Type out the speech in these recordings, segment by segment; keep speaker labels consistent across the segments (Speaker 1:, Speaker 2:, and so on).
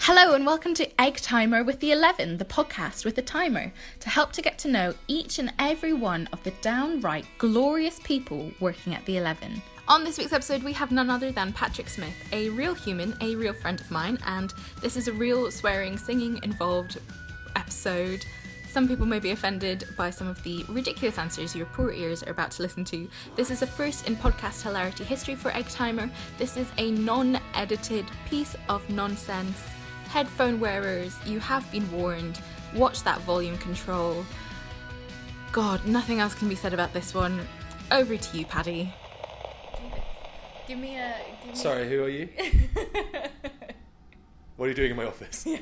Speaker 1: Hello and welcome to Egg Timer with the 11, the podcast with a timer to help to get to know each and every one of the downright glorious people working at the 11.
Speaker 2: On this week's episode, we have none other than Patrick Smith, a real human, a real friend of mine, and this is a real swearing, singing involved episode. Some people may be offended by some of the ridiculous answers your poor ears are about to listen to. This is a first in podcast hilarity history for Egg Timer. This is a non edited piece of nonsense. Headphone wearers, you have been warned. Watch that volume control. God, nothing else can be said about this one. Over to you, Paddy.
Speaker 1: Give me a. Give me
Speaker 3: Sorry, who are you? what are you doing in my office?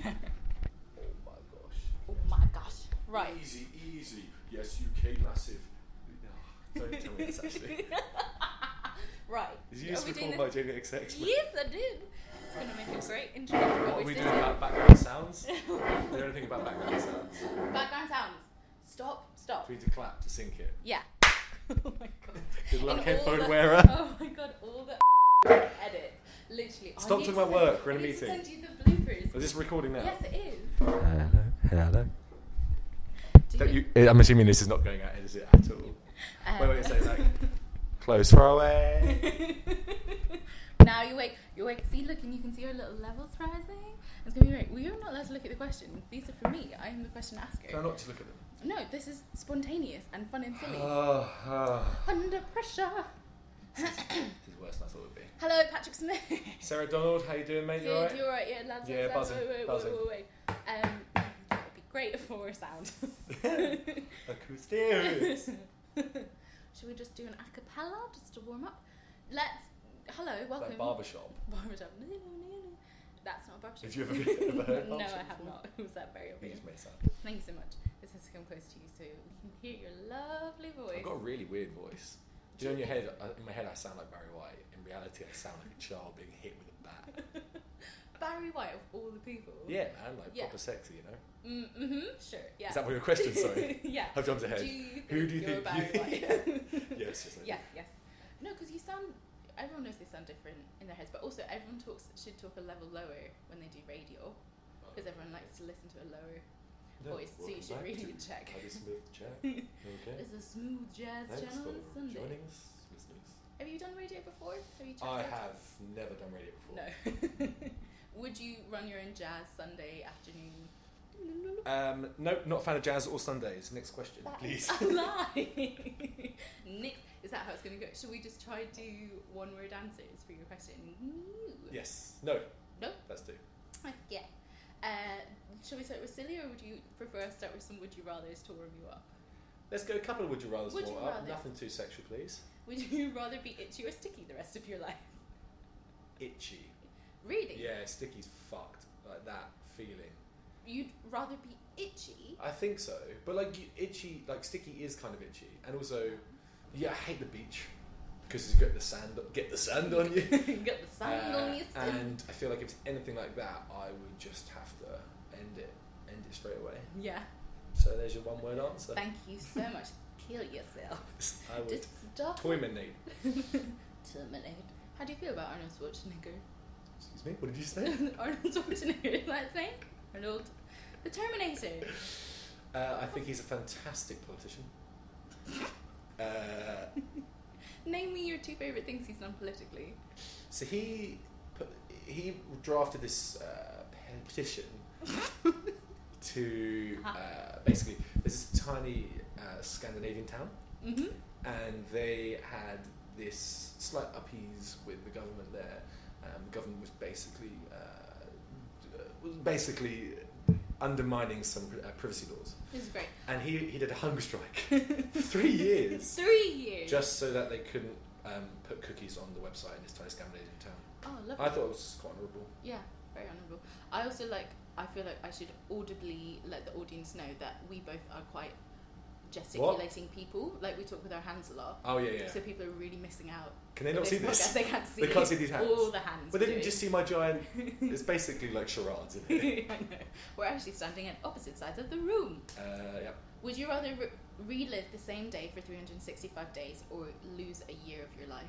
Speaker 1: Oh my gosh. Right.
Speaker 3: Easy, easy. Yes, UK massive. No, don't tell me this actually.
Speaker 1: Right.
Speaker 3: Did you just record my doing it XX?
Speaker 1: Yes, I did. It's going to make a great intro.
Speaker 3: What are we doing about background sounds? I don't know anything about background sounds.
Speaker 1: Background sounds. Stop, stop.
Speaker 3: We need to clap to sync it.
Speaker 1: Yeah. oh my god.
Speaker 3: Good luck,
Speaker 1: all
Speaker 3: headphone
Speaker 1: the-
Speaker 3: wearer.
Speaker 1: Oh my god, all the edit. Literally. I
Speaker 3: Stop
Speaker 1: need
Speaker 3: talking
Speaker 1: to
Speaker 3: about
Speaker 1: send-
Speaker 3: work, we're in a
Speaker 1: I need to
Speaker 3: meeting.
Speaker 1: send you the bloopers.
Speaker 3: Is this recording now?
Speaker 1: Yes, it is.
Speaker 3: Hello, hello.
Speaker 1: Do
Speaker 3: Don't
Speaker 1: it.
Speaker 3: you, eh, I'm assuming this is not going out, is it at all?
Speaker 1: Um,
Speaker 3: Wait, wait a second. Like, close, far away.
Speaker 1: now you wake. You wake. See, look, and you can see your little levels rising. It's gonna be great. Well, you're not allowed to look at the questions. These are for me. I am the question asker.
Speaker 3: Can I not just look at them?
Speaker 1: No, this is spontaneous and fun and silly.
Speaker 3: Oh, oh.
Speaker 1: Under pressure.
Speaker 3: This is worse than I thought it would be.
Speaker 1: Hello, Patrick Smith.
Speaker 3: Sarah Donald, how you doing, mate? You
Speaker 1: Good,
Speaker 3: alright?
Speaker 1: you're right. Yeah, lads.
Speaker 3: Yeah,
Speaker 1: lads, lads,
Speaker 3: buzzing,
Speaker 1: Wait, wait,
Speaker 3: buzzing.
Speaker 1: wait, wait, wait. Um, that would be great for sound.
Speaker 3: Acoustics.
Speaker 1: Should we just do an a cappella just to warm up? Let's. Hello, welcome.
Speaker 3: like barbershop.
Speaker 1: Barbershop. No, no, no, no. That's not a barbershop.
Speaker 3: Have you ever been- ever heard
Speaker 1: No, I
Speaker 3: barbershop
Speaker 1: have not. It was that very
Speaker 3: You
Speaker 1: obvious.
Speaker 3: just made sound.
Speaker 1: Thank you so much. This has come close to you so we can hear your lovely
Speaker 3: I've
Speaker 1: voice.
Speaker 3: got a really weird voice. Do you know in your head? I- In my head, I sound like Barry White. In reality, I sound like a child being hit with a bat.
Speaker 1: Barry White of all the people.
Speaker 3: Yeah, man, like
Speaker 1: Yeah.
Speaker 3: proper sexy. You know?
Speaker 1: Mm-hmm. Sure. Yeah.
Speaker 3: Is that what your question? Sorry,
Speaker 1: yeah.
Speaker 3: I've jumped ahead.
Speaker 1: Do you think
Speaker 3: Who do you
Speaker 1: you're
Speaker 3: think
Speaker 1: Barry
Speaker 3: you-
Speaker 1: White?
Speaker 3: yes, yes. I do.
Speaker 1: Yes, yes. No, because you sound. Everyone knows they sound different in their heads, but also everyone talks should talk a level lower when they do radio because everyone likes to listen to a lower
Speaker 3: No,
Speaker 1: voice. So you
Speaker 3: welcome
Speaker 1: should
Speaker 3: back
Speaker 1: really
Speaker 3: to
Speaker 1: check.
Speaker 3: Paddy Smith Chat. Okay.
Speaker 1: This is smooth jazz
Speaker 3: Thanks
Speaker 1: channel
Speaker 3: for
Speaker 1: on Sunday.
Speaker 3: joining us, listeners.
Speaker 1: Have you done radio before? Have you checked
Speaker 3: I
Speaker 1: it?
Speaker 3: have never done radio before.
Speaker 1: No. Would you run your own jazz Sunday afternoon?
Speaker 3: Um, no, not a fan of jazz or Sundays. Next question,
Speaker 1: That
Speaker 3: please.
Speaker 1: is a lie. Nick, is that how it's going to go? Should we just try do one word answers for your question? No.
Speaker 3: yes. No.
Speaker 1: No?
Speaker 3: Let's do.
Speaker 1: Yeah. Uh, shall we start with silly, or would you prefer I start with some would you rather's to warm you up?
Speaker 3: Let's go a couple of would you rather's
Speaker 1: Would
Speaker 3: to
Speaker 1: you
Speaker 3: warm up.
Speaker 1: rather?
Speaker 3: Nothing too sexual, please.
Speaker 1: Would you rather be itchy or sticky the rest of your life?
Speaker 3: Itchy.
Speaker 1: Really?
Speaker 3: Yeah, sticky's fucked. Like that feeling.
Speaker 1: You'd rather be itchy.
Speaker 3: I think so. But like you- itchy, like sticky is kind of itchy, and also, yeah, I hate the beach because you get the sand, get the sand on you.
Speaker 1: Got the sand
Speaker 3: Uh,
Speaker 1: on your skin.
Speaker 3: and I feel like if it's anything like that, I would just have to end it, end it straight away.
Speaker 1: Yeah.
Speaker 3: So there's your one word answer.
Speaker 1: Thank you so much. Kill yourself.
Speaker 3: I would
Speaker 1: Just stop.
Speaker 3: terminate.
Speaker 1: Terminate. How do you feel about Arnold Schwarzenegger?
Speaker 3: Excuse me. What did you say?
Speaker 1: Arnold Schwarzenegger, is that his name? Arnold. The Terminator.
Speaker 3: uh, I think he's a fantastic politician. Uh,
Speaker 1: Name me your two favourite things he's done politically.
Speaker 3: So he put, he drafted this uh, petition to uh, basically there's this tiny uh, Scandinavian town,
Speaker 1: Mm-hmm.
Speaker 3: and they had this slight upheaval with the government there. Um, the government was basically uh, was basically undermining some uh, privacy laws,
Speaker 1: This is great.
Speaker 3: and he he did a hunger strike for three years
Speaker 1: Three years.
Speaker 3: just so that they couldn't. Um, put cookies on the website in this tiny Scandinavian town.
Speaker 1: oh, lovely.
Speaker 3: I thought it was quite honourable.
Speaker 1: Yeah, very honourable. I also like. I feel like I should audibly let the audience know that we both are quite gesticulating people. Like we talk with our hands a lot,
Speaker 3: Oh yeah, yeah.
Speaker 1: so people are really missing out.
Speaker 3: Can they
Speaker 1: with
Speaker 3: not see
Speaker 1: podcast.
Speaker 3: this?
Speaker 1: They can't see.
Speaker 3: They can't see these hands.
Speaker 1: All the hands.
Speaker 3: But they didn't
Speaker 1: doing-
Speaker 3: just see my giant. It's basically like charades in it.
Speaker 1: I know. We're actually standing at opposite sides of the room.
Speaker 3: Uh, yeah.
Speaker 1: Would you rather re- relive the same day for 365 days or lose a year of your life?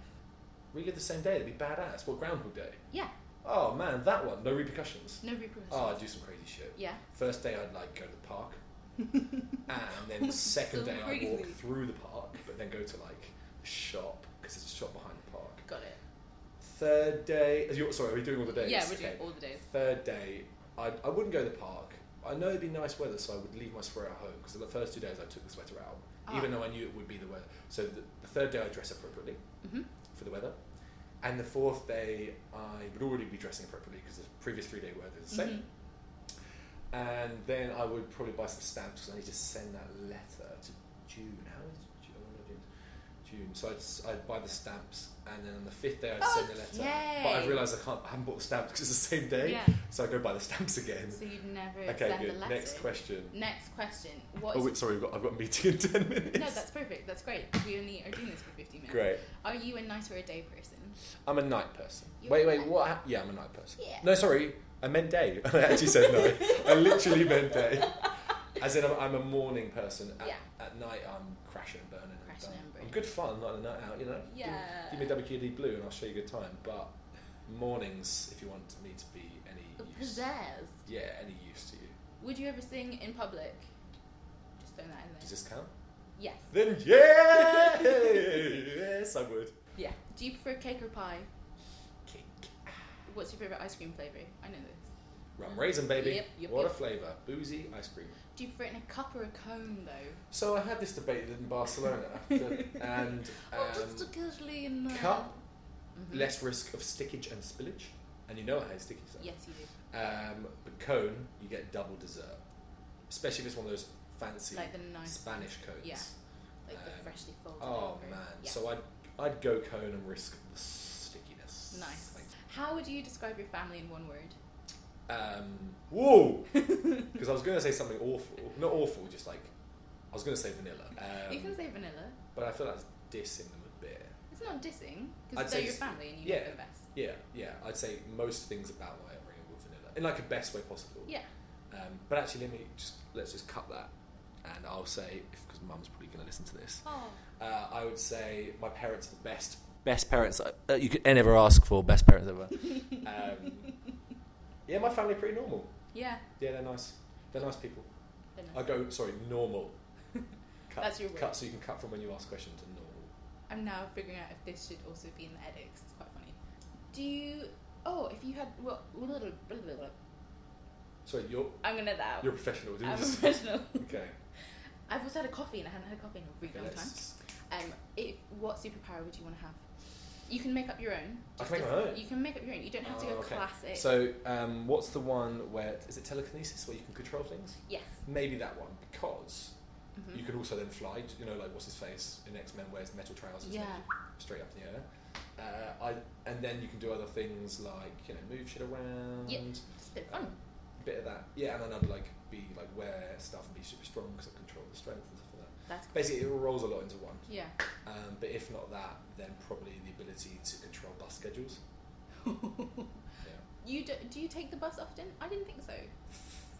Speaker 3: Relive the same day. It'd be badass. Well, Groundhog Day.
Speaker 1: Yeah.
Speaker 3: Oh man, that one, no repercussions.
Speaker 1: No repercussions.
Speaker 3: Oh, I'd do some crazy shit.
Speaker 1: Yeah.
Speaker 3: First day, I'd like go to the park, and then the second
Speaker 1: So
Speaker 3: day, I'd walk
Speaker 1: crazy.
Speaker 3: through the park, but then go to like the shop because it's a shop behind the park.
Speaker 1: Got it.
Speaker 3: Third day, as you sorry, are we doing all the days?
Speaker 1: Yeah, we're doing
Speaker 3: Okay.
Speaker 1: all the days.
Speaker 3: Third day, I, I wouldn't go to the park. I know it'd be nice weather, so I would leave my sweater at home because the first two days I took the sweater out,
Speaker 1: Ah.
Speaker 3: even though I knew it would be the weather. So the, the third day I dress appropriately
Speaker 1: Mm-hmm.
Speaker 3: for the weather, and the fourth day I would already be dressing appropriately because the previous three day weather is the same.
Speaker 1: Mm-hmm.
Speaker 3: And then I would probably buy some stamps because I need to send that letter to June. How is June? I don't know June. June. So I'd, s- I'd buy the stamps, and then on the fifth day I'd send the letter. But I
Speaker 1: Okay.
Speaker 3: realised I can't. I haven't bought the stamps because it's the same day.
Speaker 1: Yeah.
Speaker 3: So I go buy the stamps again.
Speaker 1: So you'd never
Speaker 3: okay,
Speaker 1: send
Speaker 3: good.
Speaker 1: a letter.
Speaker 3: Next question.
Speaker 1: Next question. What?
Speaker 3: Oh,
Speaker 1: is-
Speaker 3: wait, sorry. We've got, I've got a meeting in ten minutes.
Speaker 1: no, that's perfect. That's great. We only are doing this for 50 minutes.
Speaker 3: great.
Speaker 1: Are you a night or a day person?
Speaker 3: I'm a night person.
Speaker 1: You're
Speaker 3: wait,
Speaker 1: a
Speaker 3: wait.
Speaker 1: night
Speaker 3: What? hap- yeah, I'm a night person.
Speaker 1: Yeah.
Speaker 3: No, sorry. I meant day. I actually said no. I literally meant day. As in, I'm, I'm a morning person. At,
Speaker 1: Yeah.
Speaker 3: at night, I'm crashing and burning. and
Speaker 1: Crashing
Speaker 3: done.
Speaker 1: and
Speaker 3: I'm
Speaker 1: burning.
Speaker 3: good fun, like a night out, you know? Give me-
Speaker 1: Yeah.
Speaker 3: Give, me WQD Blue and I'll show you a good time. But mornings, if you want me to be any use.
Speaker 1: Pizzazz.
Speaker 3: Yeah, any use to you.
Speaker 1: Would you ever sing in public? Just throwing that in there.
Speaker 3: Does this count?
Speaker 1: Yes.
Speaker 3: Then yeah! yes, I would.
Speaker 1: Yeah. Do you prefer cake or pie?
Speaker 3: Cake.
Speaker 1: What's your favorite ice cream flavor? I know this.
Speaker 3: Rum raisin, baby.
Speaker 1: Yep, yep,
Speaker 3: what a
Speaker 1: yep.
Speaker 3: flavour. Boozy ice cream.
Speaker 1: Do you prefer it in a cup or a cone though?
Speaker 3: So I had this debate in Barcelona, that- and
Speaker 1: oh, just
Speaker 3: um,
Speaker 1: occasionally in the
Speaker 3: cup,
Speaker 1: Mhm.
Speaker 3: less risk of stickage and spillage, and you know how sticky stuff.
Speaker 1: Yes, you do.
Speaker 3: Um, but cone, you get double dessert, especially if it's one of those fancy
Speaker 1: Like the nice,
Speaker 3: Spanish cones.
Speaker 1: Yeah. like the
Speaker 3: um,
Speaker 1: freshly folded.
Speaker 3: Oh
Speaker 1: over.
Speaker 3: man!
Speaker 1: Yeah.
Speaker 3: So I'd I'd go cone and risk the stickiness.
Speaker 1: nice.
Speaker 3: Like,
Speaker 1: How would you describe your family in one word?
Speaker 3: um, whoa! Because I was going to say something awful, not awful, just like I was going to say vanilla. Um,
Speaker 1: you can say vanilla.
Speaker 3: but I feel that's dissing them a bit.
Speaker 1: It's not dissing
Speaker 3: I'd
Speaker 1: because
Speaker 3: say
Speaker 1: they're your
Speaker 3: s-
Speaker 1: family and you
Speaker 3: yeah.
Speaker 1: know them best.
Speaker 3: Yeah, yeah. I'd say most things about my upbringing were vanilla, in like the best way possible.
Speaker 1: Yeah.
Speaker 3: Um, but actually, let me just let's just cut that, and I'll say because Mum's probably going to listen to this.
Speaker 1: Oh,
Speaker 3: Uh, I would say my parents are the best, best parents uh, you could ever ask for. Best parents ever. um, yeah, my family are pretty normal.
Speaker 1: yeah.
Speaker 3: Yeah, they're nice. They're nice people.
Speaker 1: they're nice.
Speaker 3: I go sorry, normal. Cut,
Speaker 1: That's your word.
Speaker 3: cut, so you can cut from when you ask questions to normal.
Speaker 1: I'm now figuring out if this should also be in the edit 'cause it's quite funny. Do you? Oh, if you had well, blah, blah, blah, blah, blah.
Speaker 3: Sorry, you're
Speaker 1: I'm gonna let that out.
Speaker 3: you're a professional. Didn't
Speaker 1: I'm a
Speaker 3: you?
Speaker 1: professional.
Speaker 3: Okay.
Speaker 1: I've also had a coffee and I haven't had a coffee in a really
Speaker 3: okay
Speaker 1: long time.
Speaker 3: let's-
Speaker 1: Um, if, what superpower would you want to have? You can make up your own.
Speaker 3: I
Speaker 1: Just
Speaker 3: can make
Speaker 1: as-
Speaker 3: my own?
Speaker 1: You can make up your own. You don't have to
Speaker 3: Oh,
Speaker 1: go
Speaker 3: okay.
Speaker 1: classic.
Speaker 3: So, um, what's the one where is it telekinesis where you can control things?
Speaker 1: yes.
Speaker 3: Maybe that one because
Speaker 1: Mhm.
Speaker 3: you can also then fly. d- You know, like what's his face in X Men wears metal trousers,
Speaker 1: Yeah.
Speaker 3: naked, straight up in the air. Uh, I and then you can do other things like you know move shit around,
Speaker 1: Yeah. It's a bit fun.
Speaker 3: a bit of that. Yeah, and then I'd like be like wear stuff and be super strong because I control the strength and stuff like that.
Speaker 1: That's cool.
Speaker 3: Basically, it rolls a lot into one.
Speaker 1: Yeah.
Speaker 3: Um, but if not that, then probably the ability to control bus schedules. Yeah,
Speaker 1: you do, do you take the bus often? I didn't think so.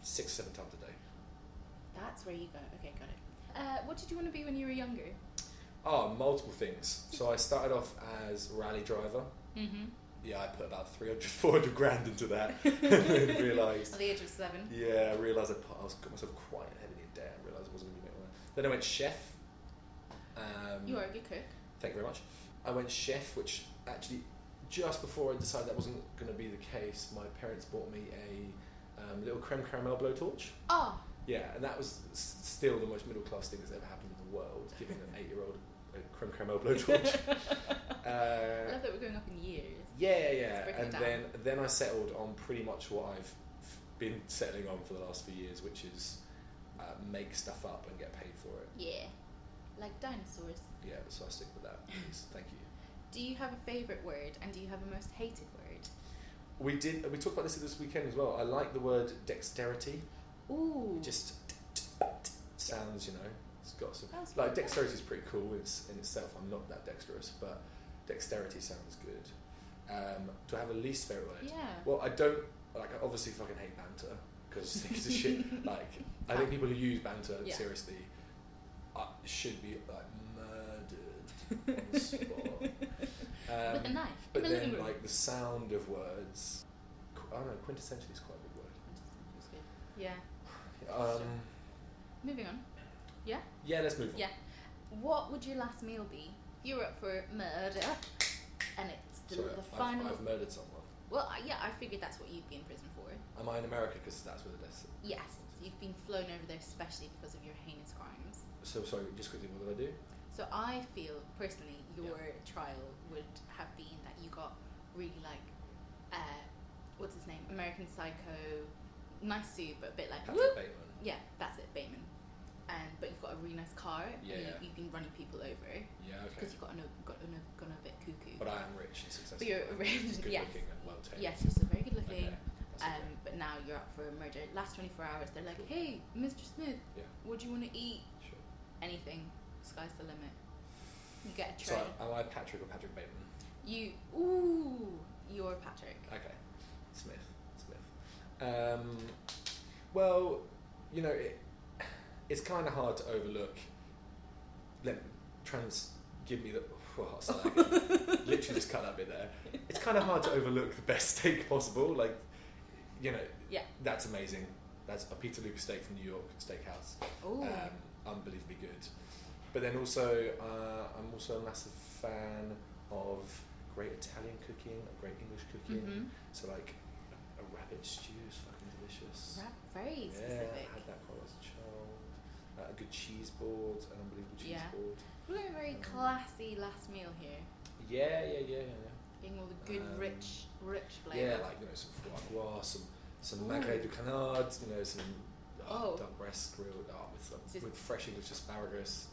Speaker 3: six seven times a day.
Speaker 1: That's where you go. Okay, got it. Uh, what did you want to be when you were younger?
Speaker 3: Oh, multiple things. So I started off as rally driver.
Speaker 1: Mm-hmm.
Speaker 3: Yeah, I put about 300, 400 grand into that. and then
Speaker 1: At
Speaker 3: realised.
Speaker 1: the age of seven.
Speaker 3: Yeah, I realised I, put, I was got myself quite heavily in debt. I realised I wasn't going to be making money. Then I went chef. Um,
Speaker 1: You are a good cook.
Speaker 3: Thank you very much. I went chef, which actually, just before I decided that wasn't going to be the case, my parents bought me a um, little creme caramel blowtorch.
Speaker 1: Oh,
Speaker 3: Yeah, and that was s- still the most middle class thing that's ever happened in the world, giving an eight year old a creme caramel blowtorch.
Speaker 1: I
Speaker 3: Uh,
Speaker 1: love that we're going up in years.
Speaker 3: yeah,
Speaker 1: Let's
Speaker 3: yeah,
Speaker 1: break it
Speaker 3: and
Speaker 1: down.
Speaker 3: then then I settled on pretty much what I've f- been settling on for the last few years, which is uh, make stuff up and get paid for it.
Speaker 1: Yeah. Like dinosaurs.
Speaker 3: Yeah, so I stick with that. Please. Thank you.
Speaker 1: Do you have a favourite word and do you have a most hated word?
Speaker 3: We did. We talked about this this weekend as well. I like the word dexterity.
Speaker 1: Ooh.
Speaker 3: It just sounds, you know, it's got some.
Speaker 1: That was
Speaker 3: Like
Speaker 1: good.
Speaker 3: dexterity is pretty cool in, its- in itself. I'm not that dexterous, but dexterity sounds good. Um, do I have a least favorite word?
Speaker 1: Yeah.
Speaker 3: Well, I don't like. I obviously fucking hate banter because it's a shit. Like, I think people who use banter
Speaker 1: Yeah.
Speaker 3: seriously uh, should be like murdered on the spot. Um,
Speaker 1: With a knife.
Speaker 3: but
Speaker 1: in the living
Speaker 3: then,
Speaker 1: room.
Speaker 3: like the sound of words, Oh no, quintessentially is quite a big word.
Speaker 1: That's good. Yeah.
Speaker 3: Um,
Speaker 1: Moving on.
Speaker 3: yeah, let's move on.
Speaker 1: Yeah. What would your last meal be? If you were up for murder, and it's the,
Speaker 3: Sorry,
Speaker 1: the
Speaker 3: I've,
Speaker 1: final.
Speaker 3: I've murdered someone.
Speaker 1: Well, I- yeah, I figured that's what you'd be in prison for.
Speaker 3: Am I in America? Because that's where the death.
Speaker 1: Yes, you've been flown over there especially because of your heinous crimes.
Speaker 3: So sorry, just quickly, what did I do?
Speaker 1: So I feel personally your trial would have been that you got really like, uh, what's his name, American Psycho, nice suit, but a bit like,
Speaker 3: Patrick
Speaker 1: whoop.
Speaker 3: Bateman.
Speaker 1: yeah, that's it, Bateman. And but you've got a really nice car,
Speaker 3: Yeah,
Speaker 1: and
Speaker 3: yeah.
Speaker 1: You, you've been running people over
Speaker 3: Yeah, okay.
Speaker 1: because you've got an, got an, gone a bit cuckoo.
Speaker 3: But I am rich and successful.
Speaker 1: But you're rich,
Speaker 3: good
Speaker 1: yes.
Speaker 3: looking and well taken.
Speaker 1: yes, you're still very good
Speaker 3: Okay.
Speaker 1: looking.
Speaker 3: That's
Speaker 1: Um,
Speaker 3: okay.
Speaker 1: but now you're up for a murder. Last 24 hours, they're like, hey, Mr. Smith,
Speaker 3: Yeah.
Speaker 1: what do you want to eat?
Speaker 3: Sure.
Speaker 1: Anything. Sky's the limit. You get a
Speaker 3: So
Speaker 1: tray.
Speaker 3: am I Patrick or Patrick Bateman?
Speaker 1: you, ooh, you're Patrick.
Speaker 3: Okay, Smith, Smith. Um, well, you know, it, it's kind of hard to overlook. Let me trans give me the. Oh, I'll start again. Literally, just cut that bit there. It's kind of hard to overlook the best steak possible. Like, you know,
Speaker 1: Yeah.
Speaker 3: that's amazing. That's a Peter Lucas steak from New York Steakhouse.
Speaker 1: Ooh.
Speaker 3: um, unbelievably good. But then also, uh, I'm also a massive fan of great Italian cooking, and great English cooking.
Speaker 1: Mhm.
Speaker 3: So like, a rabbit stew is fucking delicious.
Speaker 1: Ra- Very
Speaker 3: yeah,
Speaker 1: specific.
Speaker 3: I had that quite as a child. Uh, a good cheese board, an unbelievable cheese
Speaker 1: Yeah.
Speaker 3: board.
Speaker 1: We're doing a
Speaker 3: Mm.
Speaker 1: very classy last meal here.
Speaker 3: Yeah, yeah, yeah, yeah.
Speaker 1: Getting all the good,
Speaker 3: Um,
Speaker 1: rich, rich
Speaker 3: Yeah,
Speaker 1: flavours.
Speaker 3: yeah like you know, some foie gras, some some
Speaker 1: Ooh.
Speaker 3: magret du canard, you know, some
Speaker 1: Oh.
Speaker 3: oh. duck breast grilled oh, with some,
Speaker 1: Just-
Speaker 3: with fresh English asparagus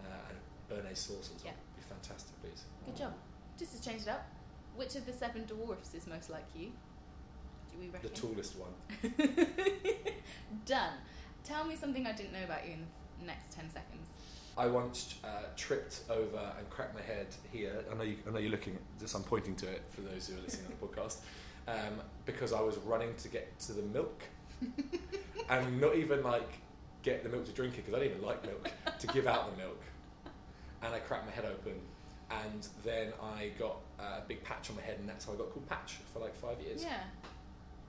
Speaker 3: uh, and béarnaise sauce on top.
Speaker 1: Yeah.
Speaker 3: Be fantastic, please.
Speaker 1: Good job. Just to change it up, which of the seven dwarfs is most like you? Do we reckon?
Speaker 3: The tallest one.
Speaker 1: Done. Tell me something I didn't know about you in the next 10 seconds.
Speaker 3: I once uh, tripped over and cracked my head here. I know, you, I know you're looking. At this, I'm pointing to it for those who are listening on the podcast. Um, because I was running to get to the milk, and not even like get the milk to drink it because I didn't even like milk to give out the milk, and I cracked my head open, and then I got uh, a big patch on my head, and that's how I got called Patch for like five years.
Speaker 1: Yeah.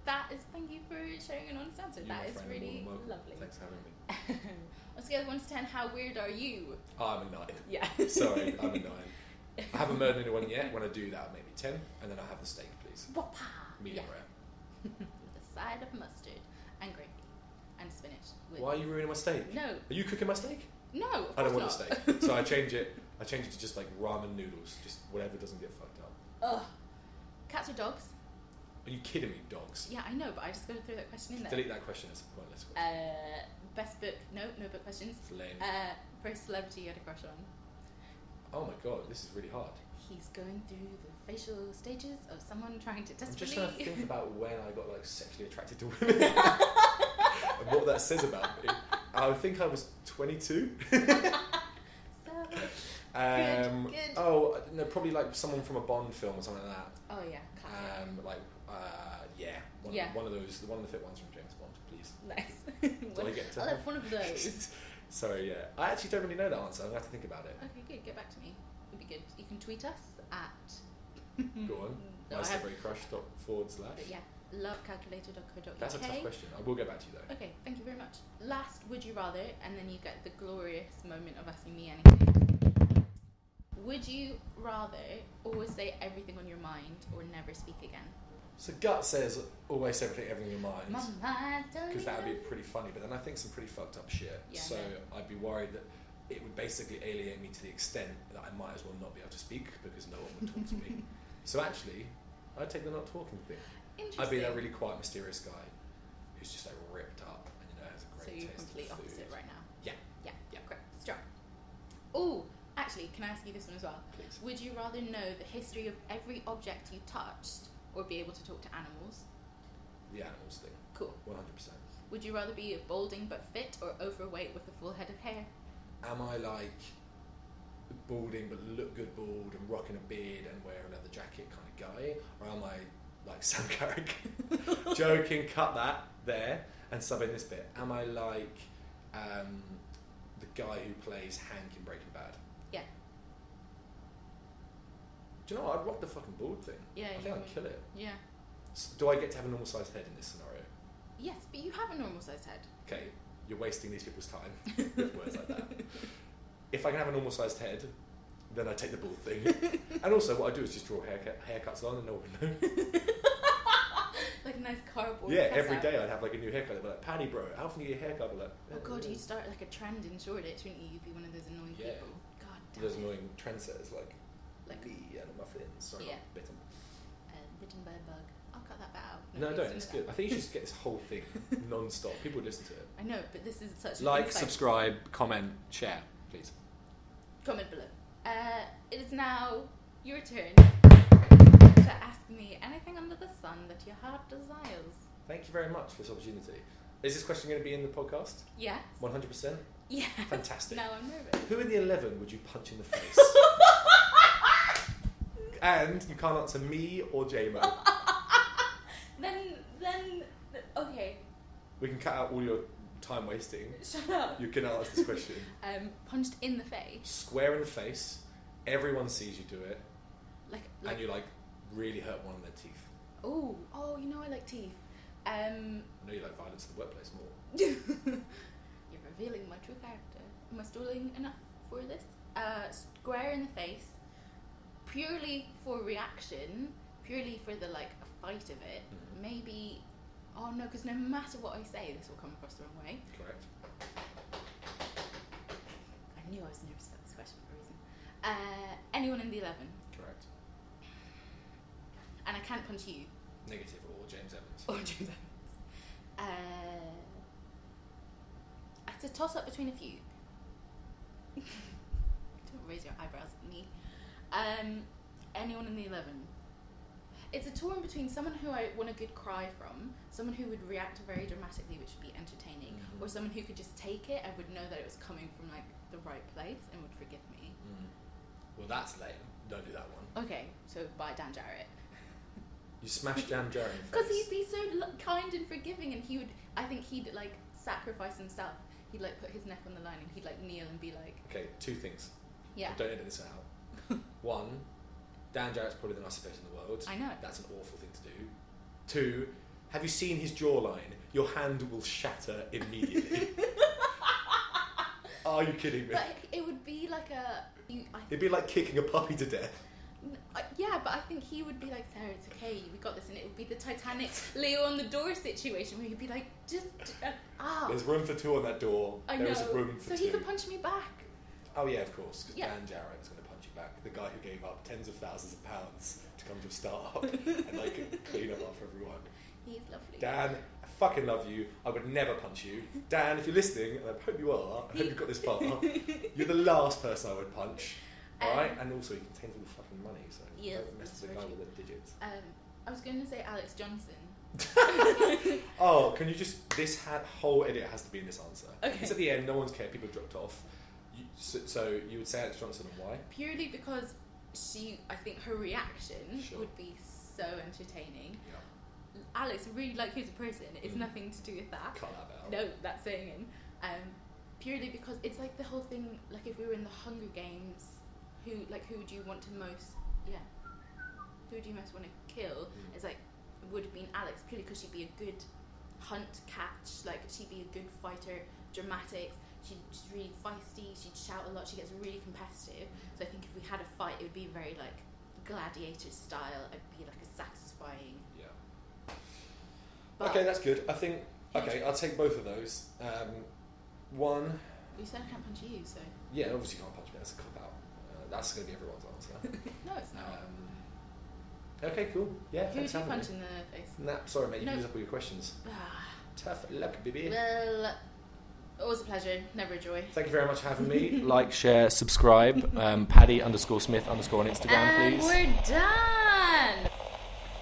Speaker 1: That is, thank you for sharing an honest answer.
Speaker 3: You, my
Speaker 1: that is
Speaker 3: friend, are more
Speaker 1: really
Speaker 3: than welcome.
Speaker 1: lovely.
Speaker 3: Thanks for having me.
Speaker 1: On a scale of 1 to 10, how weird are you?
Speaker 3: Oh, I'm a nine.
Speaker 1: Yeah.
Speaker 3: Sorry, I'm a nine. I haven't murdered anyone yet. When I do that, maybe ten, and then I will have the steak, please.
Speaker 1: Whoppa!
Speaker 3: Medium
Speaker 1: Yeah.
Speaker 3: rare.
Speaker 1: With a side of mustard and gravy and spinach. With
Speaker 3: Why are you ruining my steak?
Speaker 1: No,
Speaker 3: Are you cooking my steak?
Speaker 1: no. Of
Speaker 3: I don't want a
Speaker 1: course not.
Speaker 3: steak, so I change it. I change it to just like ramen noodles, just whatever doesn't get fucked up.
Speaker 1: Ugh. Cats or dogs?
Speaker 3: Are you kidding me? Dogs.
Speaker 1: Yeah, I know, but I just got to throw that question in there.
Speaker 3: Delete that question. It's a pointless. Question.
Speaker 1: Uh, best book? No, no book questions.
Speaker 3: it's lame.
Speaker 1: Uh, first celebrity you had a crush on?
Speaker 3: oh my god, this is really hard.
Speaker 1: He's going through the facial stages of someone trying to
Speaker 3: I'm
Speaker 1: desperately.
Speaker 3: just trying to think about when I got like sexually attracted to women and what that says about me. I think I was 22.
Speaker 1: So-
Speaker 3: Um,
Speaker 1: Good, good.
Speaker 3: Oh no, probably like someone from a Bond film or something like that.
Speaker 1: oh yeah, classic.
Speaker 3: Um, like, uh, yeah, one,
Speaker 1: Yeah.
Speaker 3: one of those, one of the fit ones from James Bond, please.
Speaker 1: nice.
Speaker 3: Do Um, I get to?
Speaker 1: I'll have one of those.
Speaker 3: Sorry, yeah. I actually don't really know that answer. I'm gonna have to think about it.
Speaker 1: Okay, good. Get back to me. It'd be good. You can tweet us at.
Speaker 3: Go on.
Speaker 1: No,
Speaker 3: My
Speaker 1: I have-
Speaker 3: celebrity crush dot forward slash.
Speaker 1: but yeah, lovecalculator.co.uk.
Speaker 3: That's a tough question. I will get back to you though.
Speaker 1: Okay, thank you very much. Last, would you rather, and then you get the glorious moment of asking me anything. Would you rather always say everything on your mind or never speak again?
Speaker 3: So gut says always everything, everything in your
Speaker 1: My
Speaker 3: mind,
Speaker 1: mind
Speaker 3: because that would
Speaker 1: don't
Speaker 3: be pretty funny. But then I think some pretty fucked up shit.
Speaker 1: Yeah,
Speaker 3: so
Speaker 1: no.
Speaker 3: I'd be worried that it would basically alienate me to the extent that I might as well not be able to speak because no one would talk to me. So actually, I'd take the not talking thing.
Speaker 1: even-
Speaker 3: I'd be that
Speaker 1: Interesting.
Speaker 3: really quiet, mysterious guy who's just like ripped up and you know has a
Speaker 1: So
Speaker 3: great
Speaker 1: you're
Speaker 3: taste.
Speaker 1: complete
Speaker 3: in food.
Speaker 1: opposite right now.
Speaker 3: Yeah.
Speaker 1: Yeah.
Speaker 3: Yeah.
Speaker 1: Great. Strong. Oh, actually, can I ask you this one as well?
Speaker 3: Please.
Speaker 1: Would you rather know the history of every object you touched or be able to talk to animals?
Speaker 3: The animals thing,
Speaker 1: Cool.
Speaker 3: one hundred percent.
Speaker 1: Would you rather be balding but fit or overweight with a full head of hair?
Speaker 3: Am I like balding but look good bald and rocking a beard and wear a leather jacket kind of guy, or am I like Sam Carrick? Joking, cut that there and sub in this bit. Am I like um, the guy who plays Hank in Breaking Bad?
Speaker 1: Yeah.
Speaker 3: Do you know what? I'd rock the fucking bald thing.
Speaker 1: Yeah,
Speaker 3: I
Speaker 1: you
Speaker 3: think I'd
Speaker 1: would.
Speaker 3: kill it.
Speaker 1: Yeah.
Speaker 3: S- Do I get to have a normal sized head in this scenario?
Speaker 1: Yes, but you have a normal sized head.
Speaker 3: Okay, you're wasting these people's time with words like that. If I can have a normal sized head, then I take the bald thing. and also, what I do is just draw haircut, haircuts on and no one knows.
Speaker 1: like a nice cardboard.
Speaker 3: yeah,
Speaker 1: cutout.
Speaker 3: every day I'd have like a new haircut. They'd be like, Paddy, bro, how often do you get a haircut? I'd be like, "Uh,
Speaker 1: Oh god, you'd start like a trend in Shoreditch, wouldn't you? You'd be one of those annoying
Speaker 3: Yeah.
Speaker 1: people. God damn.
Speaker 3: Those
Speaker 1: it.
Speaker 3: annoying trendsetters like,
Speaker 1: Like
Speaker 3: like me and all my friends. Sorry,
Speaker 1: Yeah.
Speaker 3: yeah. bitten.
Speaker 1: uh, bitten by a bug. I'll cut that bit out.
Speaker 3: No,
Speaker 1: Nobody's
Speaker 3: don't.
Speaker 1: seen
Speaker 3: It's
Speaker 1: that.
Speaker 3: good. I think you should just get this whole thing non-stop. People would listen to it.
Speaker 1: I know, but this is such a
Speaker 3: Like,
Speaker 1: good site.
Speaker 3: subscribe, comment, share, please.
Speaker 1: Comment below. Uh, it is now your turn to ask me anything under the sun that your heart desires.
Speaker 3: Thank you very much for this opportunity. Is this question going to be in the podcast?
Speaker 1: Yes.
Speaker 3: One hundred percent.
Speaker 1: Yeah.
Speaker 3: Fantastic.
Speaker 1: Now I'm nervous.
Speaker 3: Who in the eleven would you punch in the face? and you can't answer me or JMO.
Speaker 1: Then, then, okay.
Speaker 3: We can cut out all your time wasting.
Speaker 1: Shut up.
Speaker 3: You can answer this question.
Speaker 1: Um, punched in the face,
Speaker 3: Square in the face. Everyone sees you do it,
Speaker 1: like,
Speaker 3: and
Speaker 1: like.
Speaker 3: you like really hurt one of their teeth.
Speaker 1: Oh, oh, you know I like teeth. Um,
Speaker 3: I know you like violence in the workplace more.
Speaker 1: You're revealing my true character. Am I stalling enough for this? Uh, square in the face, purely for reaction, purely for the like fight of it.
Speaker 3: Mhm.
Speaker 1: Maybe, oh no, because no matter what I say, this will come across the wrong way.
Speaker 3: Correct.
Speaker 1: I knew I was nervous about this question for a reason. Uh, anyone in the eleven,
Speaker 3: Correct.
Speaker 1: and I can't punch you
Speaker 3: Negative or James Evans.
Speaker 1: or James Evans. Uh, it's a toss up between a few. Don't raise your eyebrows at me. Um, anyone in the eleven. It's a torn between someone who I want a good cry from, someone who would react very dramatically, which would be entertaining,
Speaker 3: Mhm.
Speaker 1: or someone who could just take it and would know that it was coming from like the right place and would forgive me.
Speaker 3: Mm. Well, that's lame. Don't do that one.
Speaker 1: Okay, so by Dan Jarrett.
Speaker 3: You smash Dan Jarrett in the
Speaker 1: Because he'd be
Speaker 3: face.
Speaker 1: so lo- kind and forgiving, and he would. I think he'd like sacrifice himself. He'd like put his neck on the line, and he'd like kneel and be like,
Speaker 3: Okay, two things.
Speaker 1: "Yeah,
Speaker 3: Don't edit this out. one, Dan Jarrett's probably the nicest person in the world.
Speaker 1: I know."
Speaker 3: That's an awful thing to do. Two, have you seen his jawline? Your hand will shatter immediately. Are you kidding me?
Speaker 1: But it, it would be like a. You, I,
Speaker 3: It'd be like kicking a puppy to death.
Speaker 1: n- I- yeah, but I think he would be like, "Sarah, it's okay. We got this." And it would be the Titanic Leo on the door situation where he'd be like, "Just uh, ah."
Speaker 3: There's room for two on that door.
Speaker 1: I
Speaker 3: There
Speaker 1: know.
Speaker 3: is room for
Speaker 1: so
Speaker 3: two.
Speaker 1: he could punch me back.
Speaker 3: Oh yeah, of course, because
Speaker 1: Yeah.
Speaker 3: Dan Jarrett's going to punch you back. The guy who gave up tens of thousands of pounds to come to a startup and like clean up after everyone.
Speaker 1: He's lovely.
Speaker 3: Dan, I fucking love you. I would never punch you, Dan. If you're listening, and I hope you are, I hope you've got this far. you're the last person I would punch. All right,
Speaker 1: Um,
Speaker 3: and also he contains all the fucking money, so
Speaker 1: Yes,
Speaker 3: don't mess
Speaker 1: that's
Speaker 3: with the
Speaker 1: very
Speaker 3: guy
Speaker 1: true.
Speaker 3: with the digits.
Speaker 1: Um, I was going to say Alex Johnson.
Speaker 3: Oh, can you just this ha- whole edit has to be in this answer?
Speaker 1: Okay.
Speaker 3: It's at the end. No one's cared. People have dropped off. You, so, so you would say Alex Johnson and why?
Speaker 1: purely because she I think her reaction
Speaker 3: Sure.
Speaker 1: would be so entertaining.
Speaker 3: Yeah.
Speaker 1: Alex really like who's a person. It's
Speaker 3: Mm.
Speaker 1: nothing to do with that.
Speaker 3: Cut that bit out.
Speaker 1: No, that's saying it. Um, purely because it's like the whole thing. Like if we were in the Hunger Games, who like who would you want to most? Yeah, who do you most want to kill?
Speaker 3: Mm.
Speaker 1: It's like would have been Alex purely because she'd be a good hunt catch. Like she'd be a good fighter, dramatic. She'd, she's really feisty. She'd shout a lot. She gets really competitive. So I think if we had a fight, it would be very like gladiator style. It'd be like a satisfying.
Speaker 3: Yeah.
Speaker 1: But
Speaker 3: okay, that's good. I think. Okay, I'll take both of those. Um, one,
Speaker 1: you said I can't punch you, so
Speaker 3: yeah, obviously you can't punch me. That's a cop out. Uh, that's going to be everyone's answer.
Speaker 1: no, it's not.
Speaker 3: Um, okay, cool. Yeah.
Speaker 1: Who would
Speaker 3: thanks
Speaker 1: you
Speaker 3: for
Speaker 1: punch
Speaker 3: having
Speaker 1: in the face?
Speaker 3: me. Nah, sorry, mate. You
Speaker 1: No.
Speaker 3: used up all your questions.
Speaker 1: Ah,
Speaker 3: Tough luck, baby.
Speaker 1: well, always a pleasure, never a joy.
Speaker 3: Thank you very much for having me. like, share, subscribe. Um, Paddy underscore Smith underscore on Instagram,
Speaker 1: And
Speaker 3: please.
Speaker 1: we're done.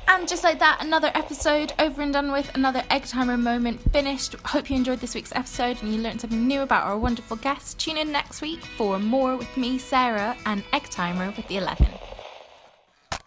Speaker 2: And just like that, another episode over and done with, another Egg Timer moment finished. Hope you enjoyed this week's episode and you learned something new about our wonderful guest. Tune in next week for more with me, Sarah, and Egg Timer with the 11.